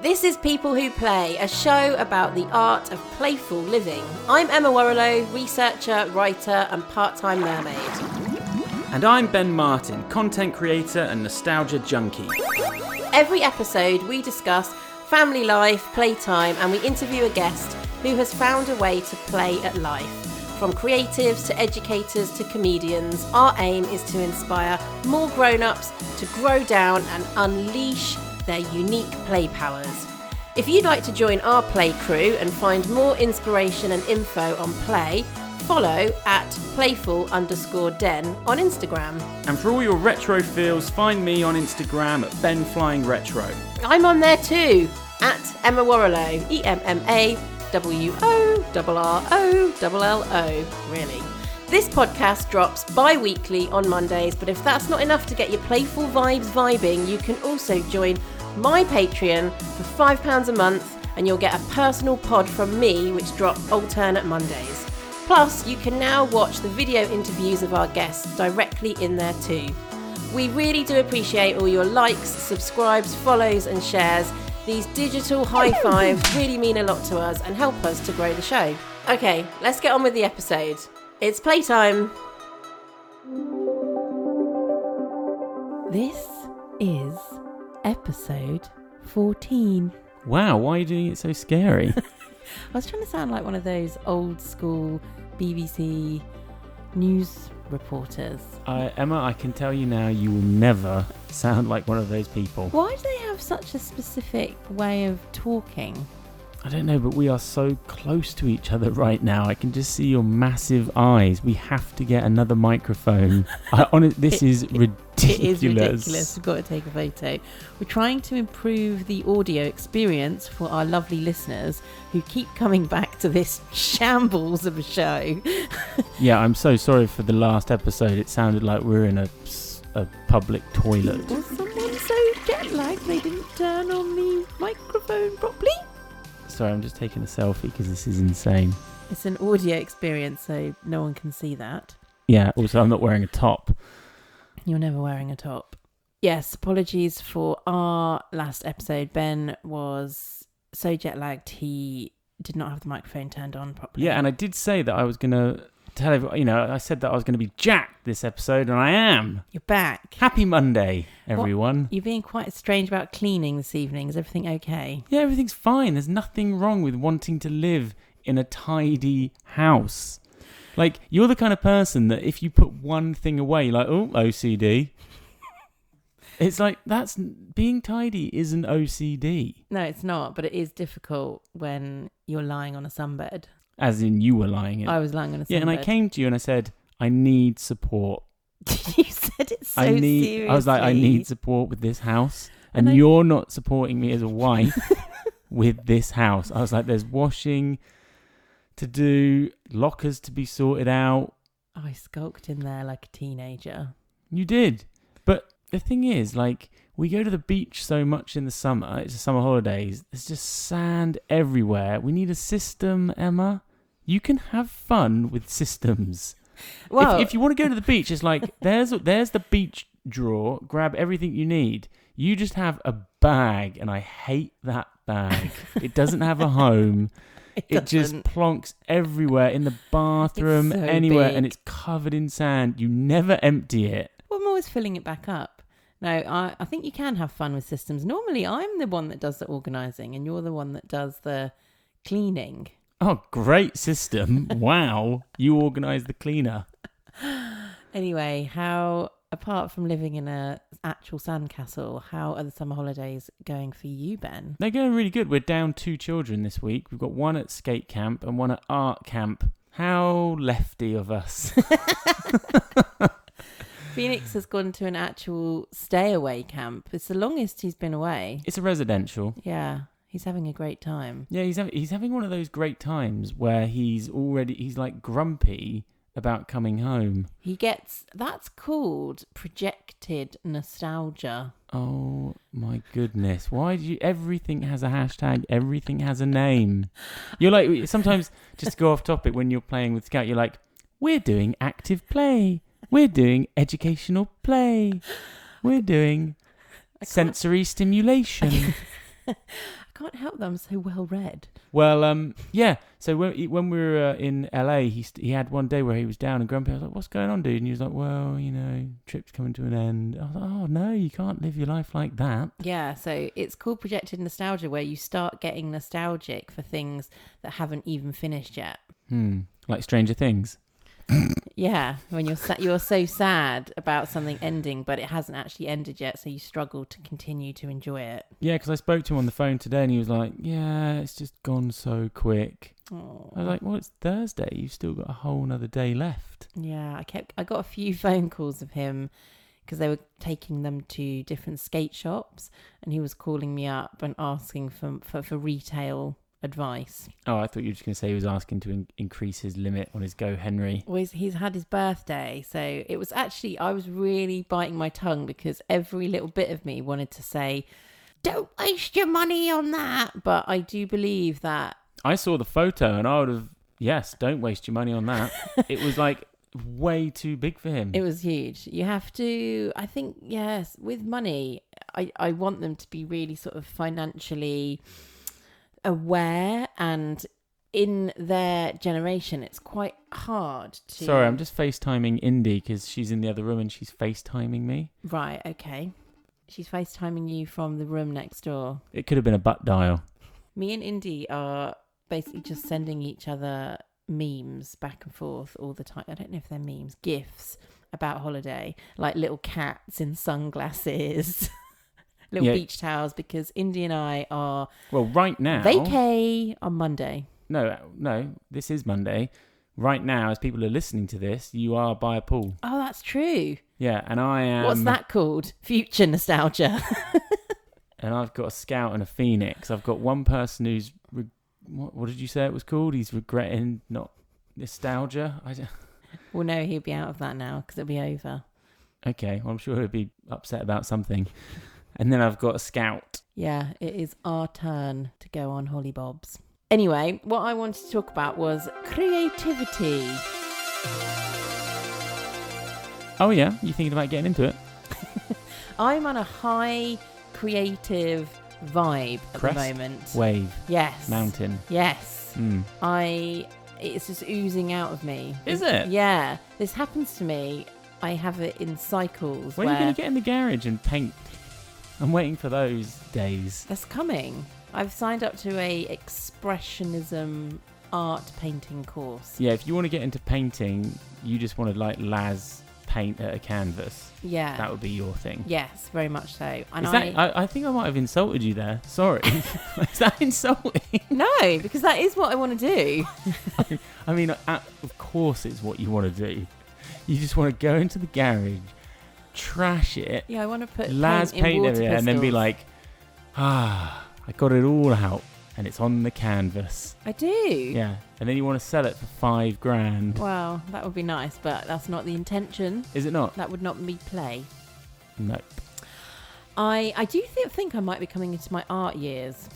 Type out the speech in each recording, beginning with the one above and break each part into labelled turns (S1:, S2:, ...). S1: This is People Who Play, a show about the art of playful living. I'm Emma Warrilow, researcher, writer, and part time mermaid.
S2: And I'm Ben Martin, content creator and nostalgia junkie.
S1: Every episode, we discuss family life, playtime, and we interview a guest who has found a way to play at life. From creatives to educators to comedians, our aim is to inspire more grown ups to grow down and unleash their unique play powers. If you'd like to join our play crew and find more inspiration and info on play, follow at playful underscore den on Instagram.
S2: And for all your retro feels, find me on Instagram at BenFlyingRetro.
S1: I'm on there too, at Emma Warrilow, E M M A W O R R O L L O, really. This podcast drops bi weekly on Mondays, but if that's not enough to get your playful vibes vibing, you can also join my Patreon for £5 a month and you'll get a personal pod from me, which drop alternate Mondays. Plus, you can now watch the video interviews of our guests directly in there too. We really do appreciate all your likes, subscribes, follows, and shares. These digital high fives really mean a lot to us and help us to grow the show. Okay, let's get on with the episode. It's playtime. This is episode 14.
S2: Wow, why are you doing it so scary?
S1: I was trying to sound like one of those old school BBC news reporters.
S2: uh, Emma, I can tell you now, you will never sound like one of those people.
S1: Why do they have such a specific way of talking?
S2: I don't know, but we are so close to each other right now. I can just see your massive eyes. We have to get another microphone. I, on,
S1: It-
S2: this is ridiculous.
S1: It is ridiculous. We've got to take a photo. We're trying to improve the audio experience for our lovely listeners who keep coming back to this shambles of a show.
S2: Yeah, I'm so sorry for the last episode. It sounded like we were in a, s- a public toilet.
S1: Was someone so jet lagged they didn't turn on the microphone properly?
S2: Sorry, I'm just taking a selfie because this is insane.
S1: It's an audio experience, so no one can see that.
S2: Yeah, also, I'm not wearing a top.
S1: You're never wearing a top. Yes, apologies for our last episode. Ben was so jet lagged he did not have the microphone turned on properly.
S2: Yeah, and I did say that I was going to tell everyone, you know, I said that I was going to be jacked this episode, and I am.
S1: you're back.
S2: Happy Monday, everyone.
S1: You're being quite strange about cleaning this evening. Is everything okay?
S2: Yeah, everything's fine. There's nothing wrong with wanting to live in a tidy house. Like, you're the kind of person that if you put one thing away, you're like, oh, OCD. It's like that's being tidy isn't OCD,
S1: No, it's not, but it is difficult when you're lying on a sunbed.
S2: as in you were lying. In.
S1: I was lying on a sunbed.
S2: yeah, and I came to you and I said, I need support.
S1: you said it so
S2: I need.
S1: seriously.
S2: I was like, I need support with this house, and,
S1: And I-
S2: you're not supporting me as a wife with this house. I was like, there's washing to do, lockers to be sorted out.
S1: I skulked in there like a teenager.
S2: You did, but the thing is, like, we go to the beach so much in the summer. It's the summer holidays. There's just sand everywhere. We need a system, Emma. You can have fun with systems.
S1: Well,
S2: if, if you want to go to the beach, it's like there's there's the beach drawer. Grab everything you need. You just have a bag, and I hate that bag. it doesn't have a home.
S1: it,
S2: It just
S1: doesn't-
S2: plonks everywhere in the bathroom,
S1: so
S2: anywhere,
S1: big.
S2: and it's covered in sand. You never empty it.
S1: Well, I'm always filling it back up. No, I, I think you can have fun with systems. Normally, I'm the one that does the organising, and you're the one that does the cleaning.
S2: Oh, great system! wow, you organise the cleaner.
S1: Anyway, how apart from living in a actual sandcastle, how are the summer holidays going for you, Ben?
S2: They're going really good. We're down two children this week. We've got one at skate camp and one at art camp. How lefty of us.
S1: Phoenix has gone to an actual stay away camp. It's the longest he's been away.
S2: it's a residential.
S1: Yeah, he's having a great time.
S2: Yeah, he's having, he's having one of those great times where he's already he's like grumpy about coming home.
S1: He gets that's called projected nostalgia.
S2: Oh my goodness! Why do you? Everything has a hashtag. Everything has a name. You're like sometimes just to go off topic when you're playing with Scout. You're like, we're doing active play. We're doing educational play. We're doing sensory stimulation.
S1: I can't help that I'm so well read.
S2: Well, um, yeah. So when he- when we were uh, in LA, he st- he had one day where he was down and grumpy. I was like, "What's going on, dude?" And he was like, "Well, you know, trip's coming to an end." I was like, "Oh no, you can't live your life like that."
S1: Yeah, so it's called projected nostalgia, where you start getting nostalgic for things that haven't even finished yet.
S2: Hmm. Like Stranger Things.
S1: Yeah, when you're sa- you're so sad about something ending, but it hasn't actually ended yet, so you struggle to continue to enjoy it.
S2: Yeah, because I spoke to him on the phone today, and he was like, "Yeah, it's just gone so quick."
S1: Oh.
S2: I was like, "Well, it's Thursday. You've still got a whole another day left."
S1: Yeah, I kept. I got a few phone calls of him because they were taking them to different skate shops, and he was calling me up and asking for for, for retail advice.
S2: Oh, I thought you were just going to say he was asking to in- increase his limit on his Go Henry.
S1: Well, he's, he's had his birthday, so it was actually I was really biting my tongue because every little bit of me wanted to say, "Don't waste your money on that," but I do believe that
S2: I saw the photo and I would have, yes, don't waste your money on that. it was like way too big for him.
S1: It was huge. You have to, I think, yes, with money, I, I want them to be really sort of financially aware and in their generation, it's quite hard to.
S2: Sorry, I'm just FaceTiming Indy because she's in the other room and she's FaceTiming me.
S1: Right, okay. She's FaceTiming you from the room next door.
S2: It could have been a butt dial.
S1: Me and Indy are basically just sending each other memes back and forth all the time. I don't know if they're memes, gifts about holiday, like little cats in sunglasses, little
S2: Yeah.
S1: beach towels, because Indy and I are
S2: Well, right now.
S1: vacay on Monday.
S2: No, no, this is Monday. Right now, as people are listening to this, you are by a pool.
S1: Oh, that's true.
S2: Yeah, and I am.
S1: What's that called? Future nostalgia.
S2: And I've got a scout and a phoenix. I've got one person who's. Re- what, what did you say it was called? He's regretting not nostalgia. I don't-
S1: well, no, he'll be out of that now because it'll be over.
S2: Okay, well, I'm sure he'd be upset about something. And then I've got a scout.
S1: Yeah, it is our turn to go on Holly Bobs. Anyway, what I wanted to talk about was creativity.
S2: Oh, yeah, you thinking about getting into it?
S1: I'm on a high creative vibe at
S2: Crest?
S1: the moment.
S2: Wave,
S1: yes.
S2: mountain.
S1: Yes.
S2: Mm.
S1: I it's just oozing out of me.
S2: Is it?
S1: Yeah. This happens to me. I have it in cycles
S2: When are you
S1: where
S2: going to get in the garage and paint? I'm waiting for those days.
S1: that's coming. I've signed up to a expressionism art painting course.
S2: Yeah, if you want to get into painting, you just want to like las paint at a canvas.
S1: Yeah.
S2: That would be your thing.
S1: yes, very much so. And
S2: Is that, I, I think I might have insulted you there. Sorry. Is that insulting?
S1: No, because that is what I want to do.
S2: I mean, uh, of course, it's what you want to do. You just want to go into the garage, trash it,
S1: Yeah, I want to put
S2: Laz
S1: paint in
S2: painted
S1: water
S2: it and then be
S1: pistols.
S2: like, ah, I got it all out and it's on the canvas.
S1: I do.
S2: Yeah. And then you want to sell it for five grand.
S1: Wow, that would be nice, but that's not the intention.
S2: Is it not?
S1: That would not be play.
S2: No.
S1: I, I do th- think I might be coming into my art years.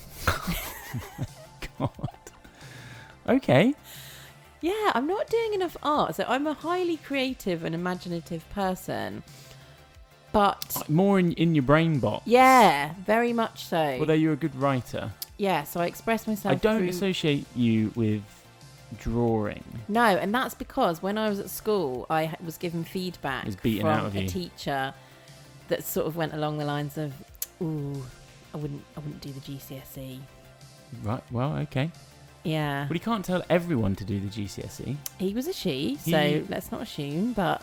S2: God. Okay.
S1: Yeah, I'm not doing enough art. So I'm a highly creative and imaginative person. But
S2: More in, in your brain box.
S1: yeah, very much so.
S2: Although you're a good writer.
S1: yeah, so I express myself.
S2: I don't
S1: through-
S2: associate you with drawing.
S1: No, and that's because when I was at school, I ha- was given feedback
S2: Was beaten
S1: from
S2: out of
S1: a
S2: you.
S1: teacher that sort of went along the lines of, "Ooh, I wouldn't, I wouldn't do the GCSE."
S2: Right. Well, okay.
S1: E." Yeah,
S2: But you can't tell everyone to do the GCSE.
S1: he was a she, so
S2: He-
S1: let's not assume. But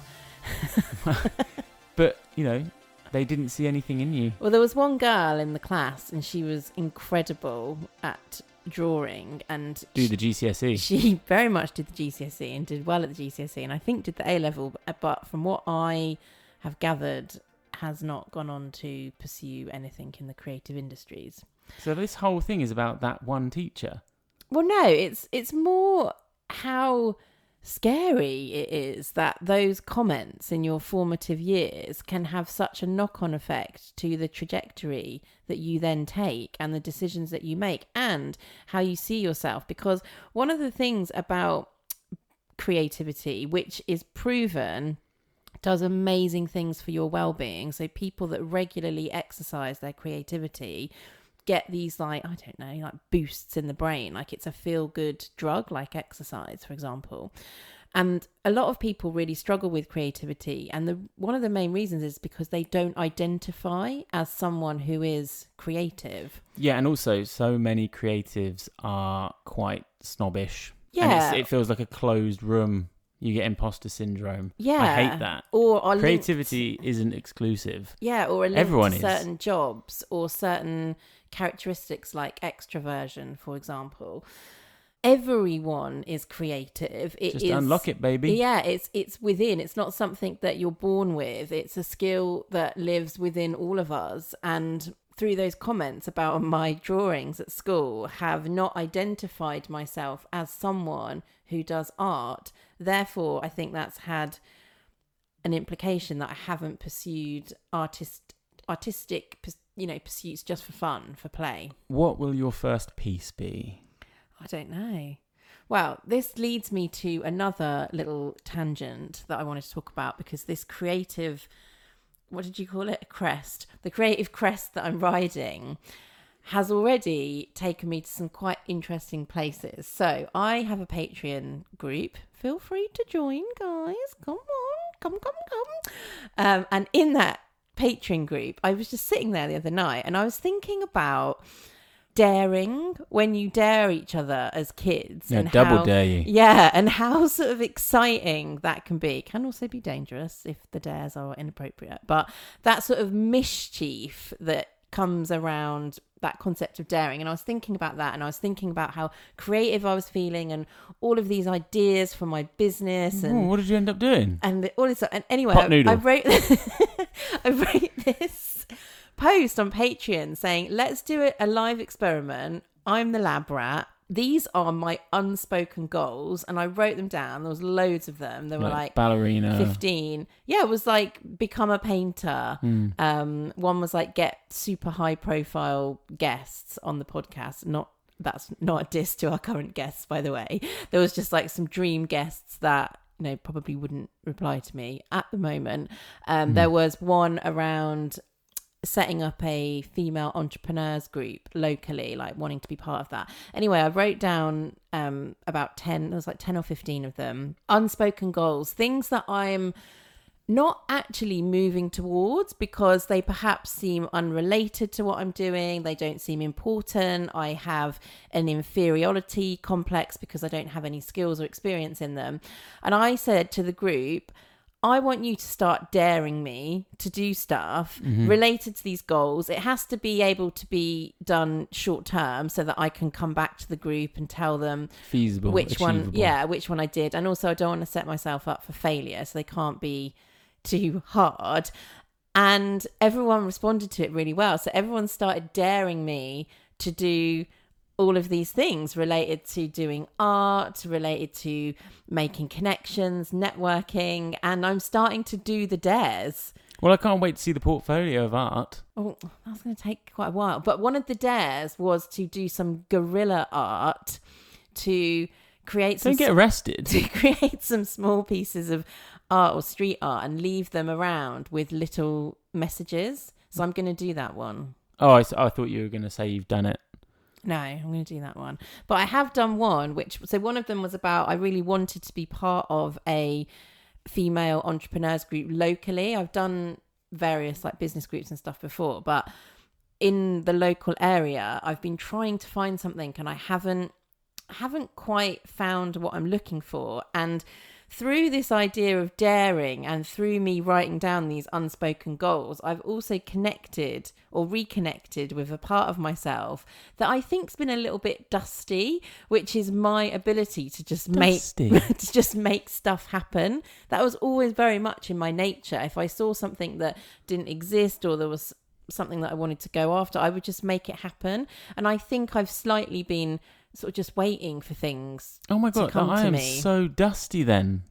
S2: But, you know, they didn't see anything in you.
S1: well, there was one girl in the class, and she was incredible at drawing, and
S2: Do
S1: she-
S2: the GCSE.
S1: she very much did the GCSE E and did well at the GCSE, E and I think did the A level. b- But from what I have gathered, has not gone on to pursue anything in the creative industries.
S2: So this whole thing is about that one teacher.
S1: Well, no, it's it's more how scary it is that those comments in your formative years can have such a knock-on effect to the trajectory that you then take and the decisions that you make and how you see yourself because one of the things about creativity which is proven does amazing things for your well-being so people that regularly exercise their creativity get these like I don't know like boosts in the brain. Like it's a feel good drug, like exercise, for example. And a lot of people really struggle with creativity, and the one of the main reasons is because they don't identify as someone who is creative.
S2: Yeah, and also so many creatives are quite snobbish. And
S1: Yeah.
S2: it's, it feels like a closed room. You get imposter syndrome.
S1: Yeah,
S2: I hate that.
S1: Or are linked-
S2: Creativity isn't exclusive.
S1: Yeah, or are linked
S2: Everyone
S1: to
S2: is.
S1: certain jobs or certain characteristics like extroversion, for example. Everyone is creative. It
S2: Just
S1: is-
S2: unlock it, baby.
S1: Yeah, it's it's within. It's not something that you're born with. It's a skill that lives within all of us. And through those comments about my drawings at school, have not identified myself as someone who does art. Therefore, I think that's had an implication that I haven't pursued artist artistic pus- you know pursuits just for fun for play.
S2: What will your first piece be?
S1: I don't know. Well, this leads me to another little tangent that I wanted to talk about because this creative what did you call it? A crest. The creative crest that I'm riding has already taken me to some quite interesting places. So I have a Patreon group. Feel free to join, guys. Come on, come, come, come. Um, and in that Patreon group, I was just sitting there the other night and I was thinking about daring when you dare each other as kids.
S2: Yeah,
S1: and
S2: double
S1: how-
S2: dare you.
S1: yeah, and how sort of exciting that can be. Can also be dangerous if the dares are inappropriate. But that sort of mischief that comes around that concept of daring. And I was thinking about that and I was thinking about how creative I was feeling and all of these ideas for my business
S2: Oh,
S1: and
S2: what did you end up doing?
S1: and the- all this and anyway
S2: Pot
S1: I- I,
S2: noodle.
S1: wrote I wrote this post on Patreon saying let's do a, a live experiment I'm the lab rat these are my unspoken goals and I wrote them down there was loads of them they were like
S2: ballerina.
S1: 15 yeah it was like become a painter um one was like get super high profile guests on the podcast not that's not a diss to our current guests by the way there was just like some dream guests that you know probably wouldn't reply to me at the moment um there was one around setting up a female entrepreneurs group locally like wanting to be part of that anyway i wrote down um about 10 there was like 10 or 15 of them unspoken goals things that i'm not actually moving towards because they perhaps seem unrelated to what I'm doing. They don't seem important. I have an inferiority complex because I don't have any skills or experience in them. And I said to the group, I want you to start daring me to do stuff related to these goals. It has to be able to be done short term so that I can come back to the group and tell them
S2: Feasible.
S1: which one
S2: achievable.
S1: yeah which one i did and also i don't want to set myself up for failure so they can't be too hard and everyone responded to it really well so everyone started daring me to do all of these things related to doing art related to making connections networking and i'm starting to do the dares
S2: Well, I can't wait to see the portfolio of art.
S1: Oh, that's going to take quite a while. But one of the dares was to do some guerrilla art to create some
S2: Don't get arrested.
S1: to create some small pieces of art or street art and leave them around with little messages. So I'm going to do that one.
S2: Oh, I, s- I thought you were going to say you've done it.
S1: No, I'm going to do that one. But I have done one, which so one of them was about I really wanted to be part of a female entrepreneurs group locally. I've done various like business groups and stuff before, but in the local area, I've been trying to find something and I haven't haven't quite found what I'm looking for. And through this idea of daring and through me writing down these unspoken goals, I've also connected or reconnected with a part of myself that I think's been a little bit dusty, which is my ability to just
S2: Dusty.
S1: make to just make stuff happen. That was always very much in my nature. If I saw something that didn't exist or there was something that I wanted to go after, I would just make it happen. And I think I've slightly been sort of just waiting for things.
S2: Oh my
S1: to
S2: god,
S1: come
S2: I
S1: to
S2: am
S1: me.
S2: so dusty then.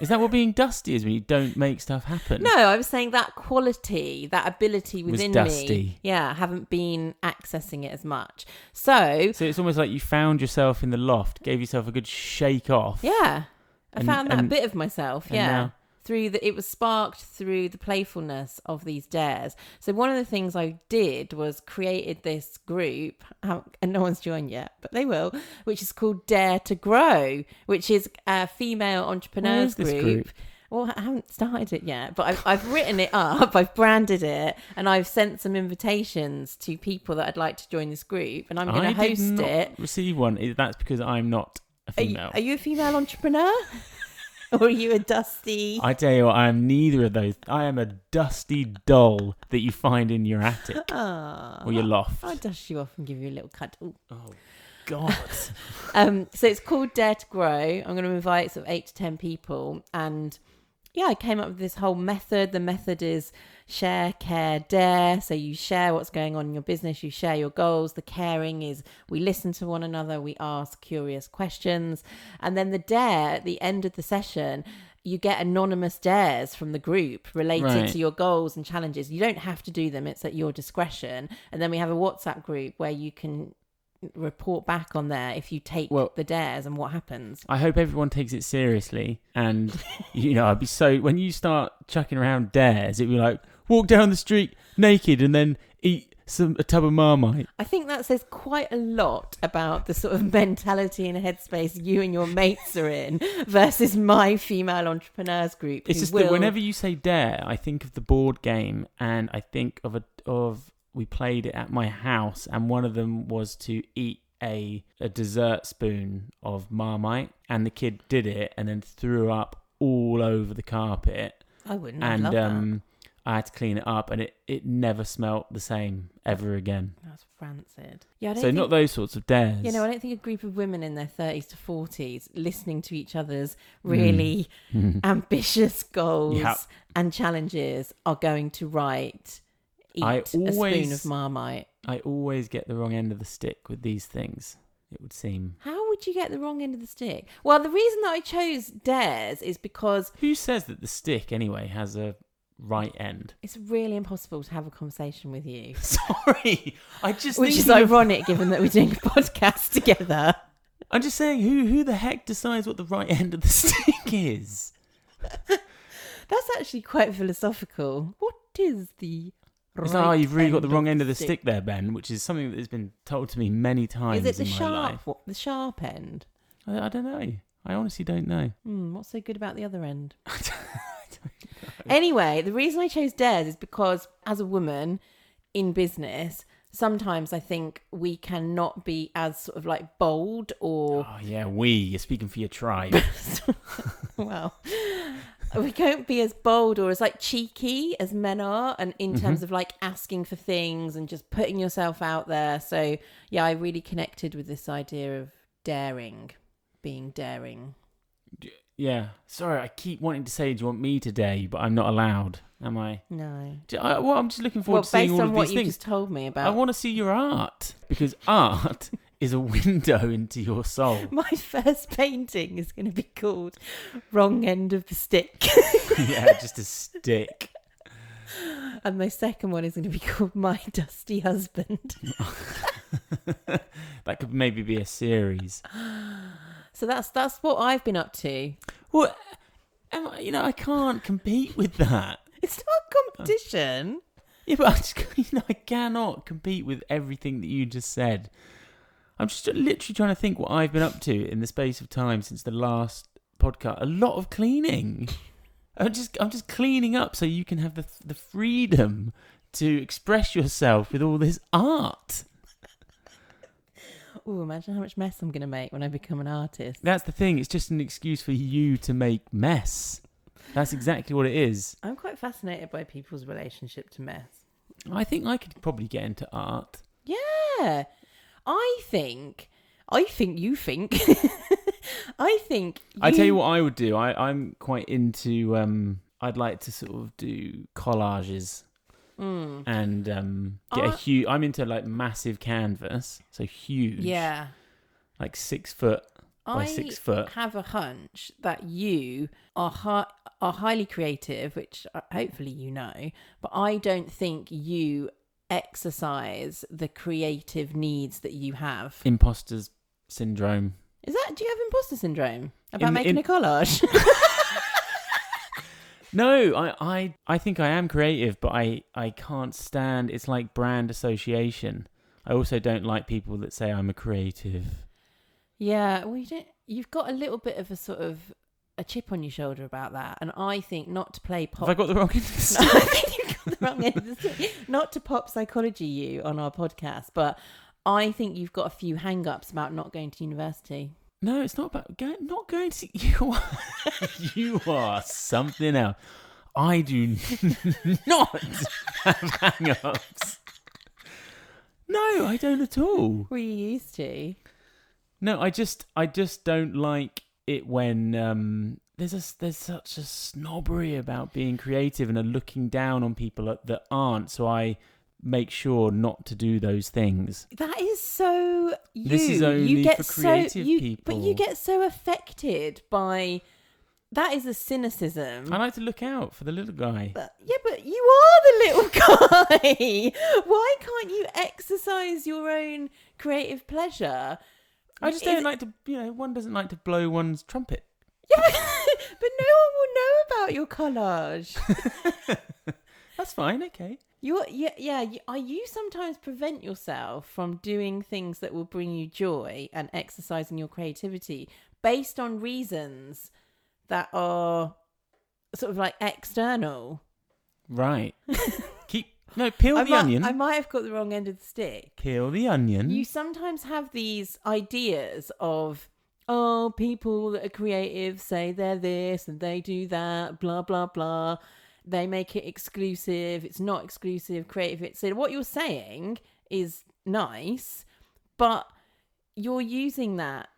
S2: Is that what being dusty is when you don't make stuff happen?
S1: No, I was saying that quality, that ability
S2: Mm. Was
S1: within me.
S2: dusty.
S1: Yeah, I haven't been accessing it as much. So,
S2: So it's almost like you found yourself in the loft, gave yourself a good shake off.
S1: yeah, I
S2: And-
S1: found that
S2: and-
S1: bit of myself.
S2: and
S1: yeah.
S2: now-
S1: through the it was sparked through the playfulness of these dares. So one of the things I did was created this group, um, and no one's joined yet, but they will, which is called Dare to Grow, which is a female entrepreneurs
S2: this
S1: group.
S2: group?
S1: Well, I haven't started it yet, but I've, I've written it up, I've branded it, and I've sent some invitations to people that I'd like to join this group, and I'm going to
S2: I did
S1: host
S2: not
S1: it.
S2: Receive one. I- That's because I'm not a
S1: Are you,
S2: female.
S1: are you a female entrepreneur? or are you a dusty?
S2: I tell you what, I am neither of those. I am a dusty doll that you find in your attic
S1: Ah,
S2: or your loft.
S1: I'll dust you off and give you a little cuddle.
S2: Oh God!
S1: Um, so it's called Dare to Grow. I'm going to invite sort of eight to ten people, and yeah, I came up with this whole method. The method is share, care, dare. So you share what's going on in your business, you share your goals. The caring is we listen to one another, we ask curious questions, and then the dare at the end of the session. You get anonymous dares from the group related
S2: Right.
S1: to your goals and challenges. You don't have to do them, it's at your discretion. And then we have a WhatsApp group where you can report back on there if you take
S2: Well-
S1: the dares and what happens.
S2: I hope everyone takes it seriously, and you know, I'd be so. When you start chucking around dares, it'd be like walk down the street naked and then eat some a tub of marmite.
S1: I think that says quite a lot about the sort of mentality and headspace you and your mates are in versus my female entrepreneurs group.
S2: It's
S1: who
S2: just
S1: will-
S2: that whenever you say dare, I think of the board game, and I think of a of we played it at my house, and one of them was to eat a a dessert spoon of marmite, and the kid did it, and then threw up all over the carpet,
S1: I wouldn't I'd love
S2: and
S1: that.
S2: um, I had to clean it up, and it it never smelt the same ever again.
S1: that's rancid. Yeah, I
S2: So
S1: don't think,
S2: not those sorts of dares.
S1: you know, I don't think a group of women in their thirties to forties listening to each other's really ambitious goals
S2: Hmm. Yeah.
S1: and challenges are going to write eat
S2: I
S1: a spoon
S2: always-
S1: of marmite.
S2: I always get the wrong end of the stick with these things. It would seem.
S1: How would you get the wrong end of the stick? Well, the reason that I chose dares is because
S2: Who says that the stick anyway has a right end?
S1: it's really impossible to have a conversation with you.
S2: Sorry, I just
S1: Which is
S2: thinking of-
S1: ironic given that we're doing a podcast together.
S2: I'm just saying, who who the heck decides what the right end of the stick is?
S1: That's actually quite philosophical. What is the right
S2: It's like, oh, you've really got the wrong end of the
S1: stick?
S2: stick. there, Ben, which is something that has been told to me many
S1: Is
S2: times
S1: it the
S2: in my
S1: sharp
S2: life.
S1: what, the sharp end?
S2: I, I don't know. I honestly don't know.
S1: Hmm, what's so good about the other end? Anyway, the reason I chose dares is because as a woman in business, sometimes I think we cannot be as sort of like bold or
S2: Oh yeah, we. You're speaking for your tribe.
S1: well we can't be as bold or as like cheeky as men are and in terms of like asking for things and just putting yourself out there so yeah i really connected with this idea of daring being daring
S2: yeah. Sorry, I keep wanting to say, do you want me today? But I'm not allowed, am I?
S1: no
S2: Do- I well, I'm just looking forward
S1: well
S2: to
S1: based
S2: seeing all
S1: on
S2: of
S1: what
S2: these
S1: you
S2: things.
S1: just told me
S2: I
S1: about
S2: want to see your art because art is a window into your soul.
S1: my first painting is going to be called wrong end of the stick
S2: yeah, just a stick.
S1: and my second one is going to be called my dusty husband
S2: That could maybe be a series.
S1: so that's that's what i've been up to
S2: Well, am I, you know, I can't compete with that.
S1: it's not a competition
S2: Yeah, but I just, you know, I cannot compete with everything that you just said. I'm just literally trying to think what I've been up to in the space of time since the last podcast. A lot of cleaning. I'm just, I'm just cleaning up so you can have the the freedom to express yourself with all this art.
S1: Ooh, imagine how much mess I'm going to make when I become an artist.
S2: That's the thing. It's just an excuse for you to make mess. That's exactly what it is.
S1: I'm quite fascinated by people's relationship to mess.
S2: I think I could probably get into art.
S1: Yeah. I think, I think you think, I think you,
S2: I tell you what I would do. I, I'm quite into. Um, I'd like to sort of do collages
S1: Mm.
S2: and um, get a
S1: Art-
S2: huge. I'm into like massive canvas, so huge.
S1: Yeah.
S2: like six foot by
S1: I
S2: six foot.
S1: have a hunch that you are hi- are highly creative, which uh, hopefully you know, but I don't think you exercise the creative needs that you have.
S2: Imposters syndrome.
S1: Is that do you have imposter syndrome about
S2: In-
S1: making
S2: in-
S1: a collage?
S2: No, I, I, I think I am creative, but I, I can't stand. It's like brand association. I also don't like people that say I'm a creative.
S1: Yeah, well, you don't, you've got a little bit of a sort of a chip on your shoulder about that, and I think not to play pop.
S2: Have I got the wrong?
S1: No, I think you've got the wrong end of the stick. Not to pop psychology you on our podcast, but I think you've got a few hang-ups about not going to university.
S2: No, it's not about go, not going to. You are, you are something else. I do not have hang ups. No, I don't at all.
S1: We used to.
S2: No, I just, I just don't like it when um, there's a, there's such a snobbery about being creative and a looking down on people that aren't. So I make sure not to do those things.
S1: That is so you.
S2: This is only
S1: you get
S2: for
S1: so,
S2: creative
S1: you, But
S2: people.
S1: you get so affected by that is a cynicism.
S2: I like to look out for the little guy.
S1: But, yeah, but you are the little guy. Why can't you exercise your own creative pleasure?
S2: I just
S1: Is
S2: don't
S1: it-
S2: like to, you know, one doesn't like to blow one's trumpet.
S1: Yeah, but, but no one will know about your collage.
S2: That's fine, okay.
S1: You yeah yeah. You, are you sometimes prevent yourself from doing things that will bring you joy and exercising your creativity based on reasons that are sort of like external?
S2: Right. Keep no peel
S1: I
S2: the
S1: might,
S2: onion.
S1: I might have got the wrong end of the stick.
S2: Peel the onion.
S1: You sometimes have these ideas of, oh, people that are creative say they're this and they do that, blah, blah, blah. They make it exclusive. It's not exclusive, creative. It's so what you're saying is nice, but you're using that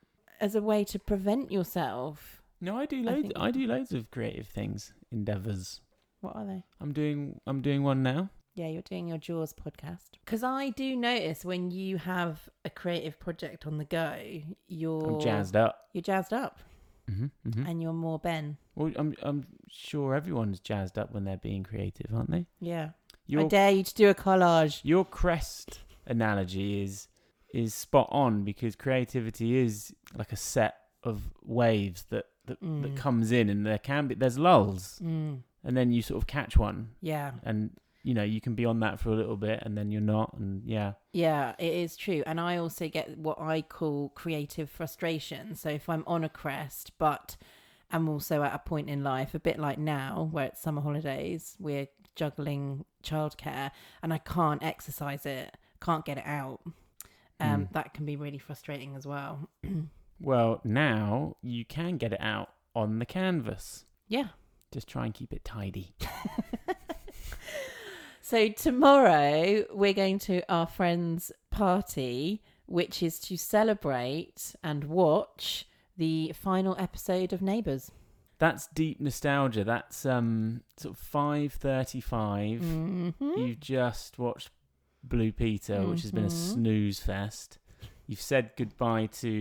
S1: as a way to prevent yourself.
S2: no, I do
S1: I
S2: loads.
S1: think-
S2: I, do loads of creative things, endeavors.
S1: What are they?
S2: I'm doing. I'm doing one now.
S1: Yeah, you're doing your Jaws podcast. Because I do notice when you have a creative project on the go, you're
S2: I'm jazzed up.
S1: You're jazzed up.
S2: hmm hmm
S1: and you're more Ben.
S2: Well, I'm. I'm sure everyone's jazzed up when they're being creative, aren't they?
S1: Yeah. I
S2: Your
S1: dare you to do a collage.
S2: your crest analogy is is spot on because creativity is like a set of waves that that, that
S1: Mm.
S2: comes in and there can be there's lulls
S1: Mm,
S2: and then you sort of catch one
S1: yeah.
S2: and you know you can be on that for a little bit and then you're not and yeah
S1: Yeah, it is true. And I also get what I call creative frustration. So if I'm on a crest, but I'm also at a point in life, a bit like now, where it's summer holidays, we're juggling childcare and I can't exercise it, can't get it out. Um,
S2: Mm.
S1: That can be really frustrating as well.
S2: well now you can get it out on the canvas
S1: Yeah.
S2: just try and keep it tidy
S1: So tomorrow we're going to our friend's party, which is to celebrate and watch the final episode of Neighbours.
S2: that's deep nostalgia that's um sort of 535
S1: Mm-hmm.
S2: You've just watched Blue Peter, which has been a
S1: Mhm.
S2: snooze fest. You've said goodbye to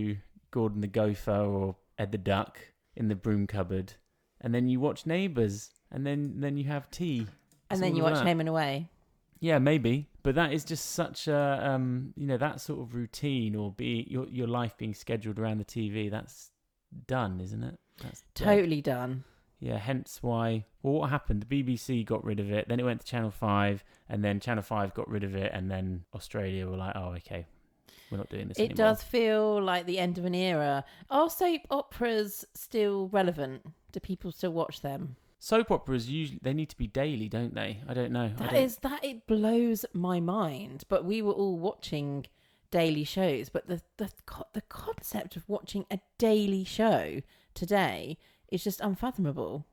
S2: Gordon the Gopher or Ed the Duck in the broom cupboard, and then you watch Neighbours, and then then you have tea.
S1: And then
S2: all
S1: you
S2: of
S1: watch
S2: that.
S1: Home and Away.
S2: Yeah, maybe, but that is just such a um, you know that sort of routine or be your your life being scheduled around the TV. That's done, isn't it? That's dead.
S1: Totally done.
S2: Yeah, hence why. Well, what happened? The BBC got rid of it, then it went to Channel 5, and then Channel 5 got rid of it, and then Australia were like, oh, okay, we're not doing this
S1: It
S2: anymore.
S1: does feel like the end of an era. Are soap operas still relevant? Do people still watch them?
S2: Soap operas usually they need to be daily, don't they? I don't know. I
S1: That
S2: don't-
S1: is that it blows my mind. But we were all watching daily shows, but the the co- the concept of watching a daily show today is just unfathomable.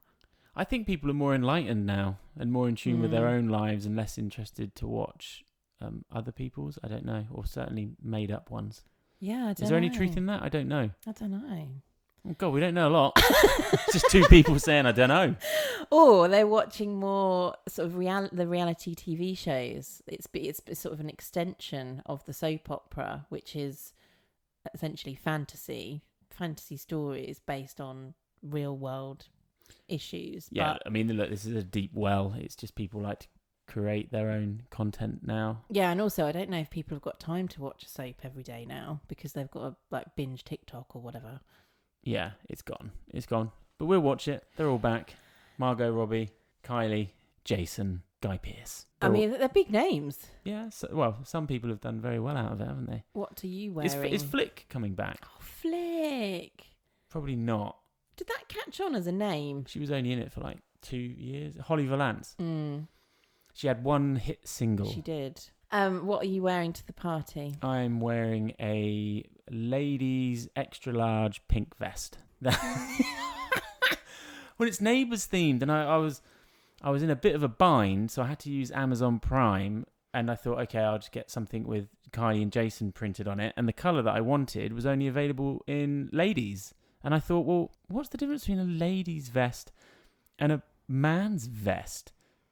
S2: I think people are more enlightened now and more in tune with their
S1: Mm.
S2: own lives and less interested to watch um, other people's. I don't know, or certainly made up ones.
S1: Yeah, I don't
S2: Is there any
S1: know.
S2: truth in that? I don't know.
S1: I don't know.
S2: Oh, God, we don't know a lot. Just two people saying, I don't know.
S1: Or they're watching more sort of real the reality TV shows. It's be- it's be- sort of an extension of the soap opera, which is essentially fantasy fantasy stories based on real world issues.
S2: Yeah,
S1: But-
S2: I mean, look, this is a deep well. It's just people like to create their own content now.
S1: Yeah, and also I don't know if people have got time to watch a soap every day now because they've got to like binge TikTok or whatever.
S2: Yeah, it's gone. It's gone. But we'll watch it. They're all back. Margot Robbie, Kylie, Jason, Guy Pearce.
S1: I mean, they're big names.
S2: yeah. So, well, some people have done very well out of it, haven't they?
S1: What are you
S2: Is,
S1: wearing?
S2: is Flick coming back?
S1: oh, Flick.
S2: Probably not.
S1: Did that catch on as a name?
S2: She was only in it for like two years. Holly Valance.
S1: Mm,
S2: She had one hit single.
S1: she did. Um, what are you wearing to the party?
S2: I'm wearing a ladies extra large pink vest. well, it's neighbours themed, and I, I was I was in a bit of a bind, so I had to use Amazon Prime, and I thought, okay, I'll just get something with Kylie and Jason printed on it, and the colour that I wanted was only available in ladies, and I thought, well, what's the difference between a lady's vest and a man's vest?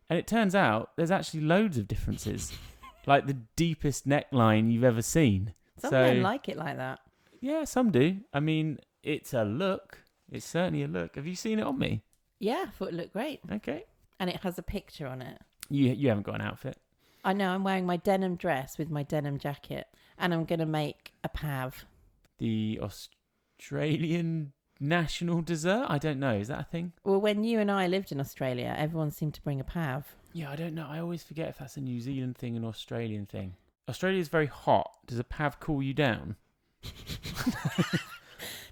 S2: And it turns out there's actually loads of differences like the deepest neckline you've ever seen.
S1: Some
S2: so
S1: men like it like that.
S2: yeah, some do. I mean, it's a look. It's certainly a look. Have you seen it on me?
S1: Yeah, I thought it looked great.
S2: Okay.
S1: And it has a picture on it.
S2: You you haven't got an outfit.
S1: I know I'm wearing my denim dress with my denim jacket and I'm going to make a pav.
S2: The Australian national dessert. I don't know. Is that a thing?
S1: Well, when you and I lived in Australia, everyone seemed to bring a pav.
S2: Yeah, I don't know. I always forget if that's a New Zealand thing an Australian thing. Australia's very hot. Does a pav cool you down? I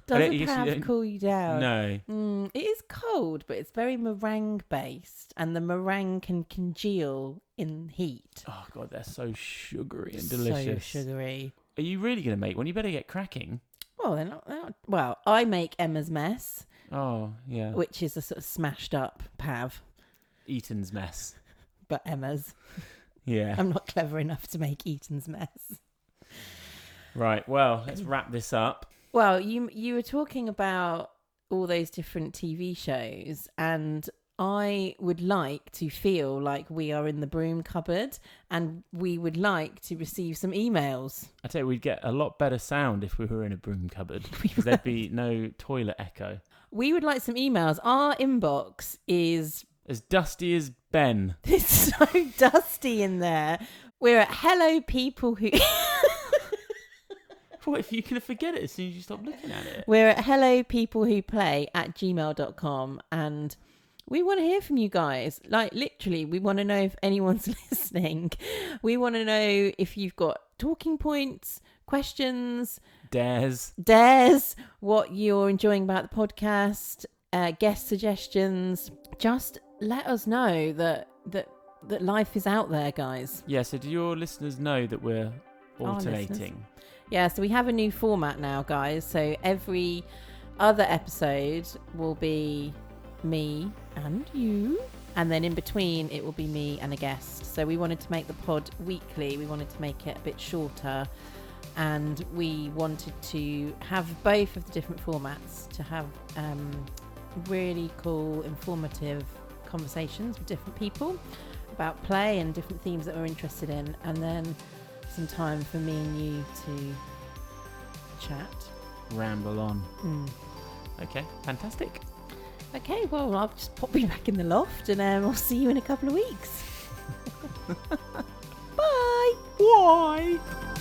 S1: Does
S2: don't- I guess
S1: a
S2: you
S1: pav
S2: don't-
S1: cool you down?
S2: No.
S1: Mm, it is cold, but it's very meringue based, and the meringue can congeal in heat.
S2: Oh god, they're so sugary and
S1: So
S2: delicious.
S1: sugary.
S2: Are you really gonna make one? You better get cracking.
S1: Well, they're not, they're not. Well, I make Emma's mess,
S2: Oh yeah,
S1: which is a sort of smashed up pav,
S2: Eaton's mess.
S1: but Emma's.
S2: Yeah.
S1: I'm not clever enough to make Eaton's mess.
S2: Right. Well, let's wrap this up.
S1: Well, you you were talking about all those different TV shows, and I would like to feel like we are in the broom cupboard, and we would like to receive some emails.
S2: I tell you, we'd get a lot better sound if we were in a broom cupboard because there'd be no toilet echo.
S1: We would like some emails. Our inbox is
S2: As dusty as Ben.
S1: it's so dusty in there. We're at hello people who
S2: What if you can forget it as soon as you stop looking at it?
S1: we're at hello people who play at gmail.com and we want to hear from you guys. Like literally, we want to know if anyone's listening. We want to know if you've got talking points, questions,
S2: Dares.
S1: dares, what you're enjoying about the podcast, uh, guest suggestions. Just let us know that that that life is out there, guys.
S2: Yeah. So do your listeners know that we're
S1: Our listeners.
S2: alternating?
S1: Yeah, so we have a new format now, guys. So every other episode will be me and you. And then in between, it will be me and a guest. So we wanted to make the pod weekly. We wanted to make it a bit shorter. And we wanted to have both of the different formats to have um, really cool, informative conversations with different people about play and different themes that we're interested in. And then some time for me and you to chat.
S2: Ramble on.
S1: Mm.
S2: Okay. Fantastic.
S1: Okay, well, I'll just pop you back in the loft and um, I'll see you in a couple of weeks. Bye!
S2: Why?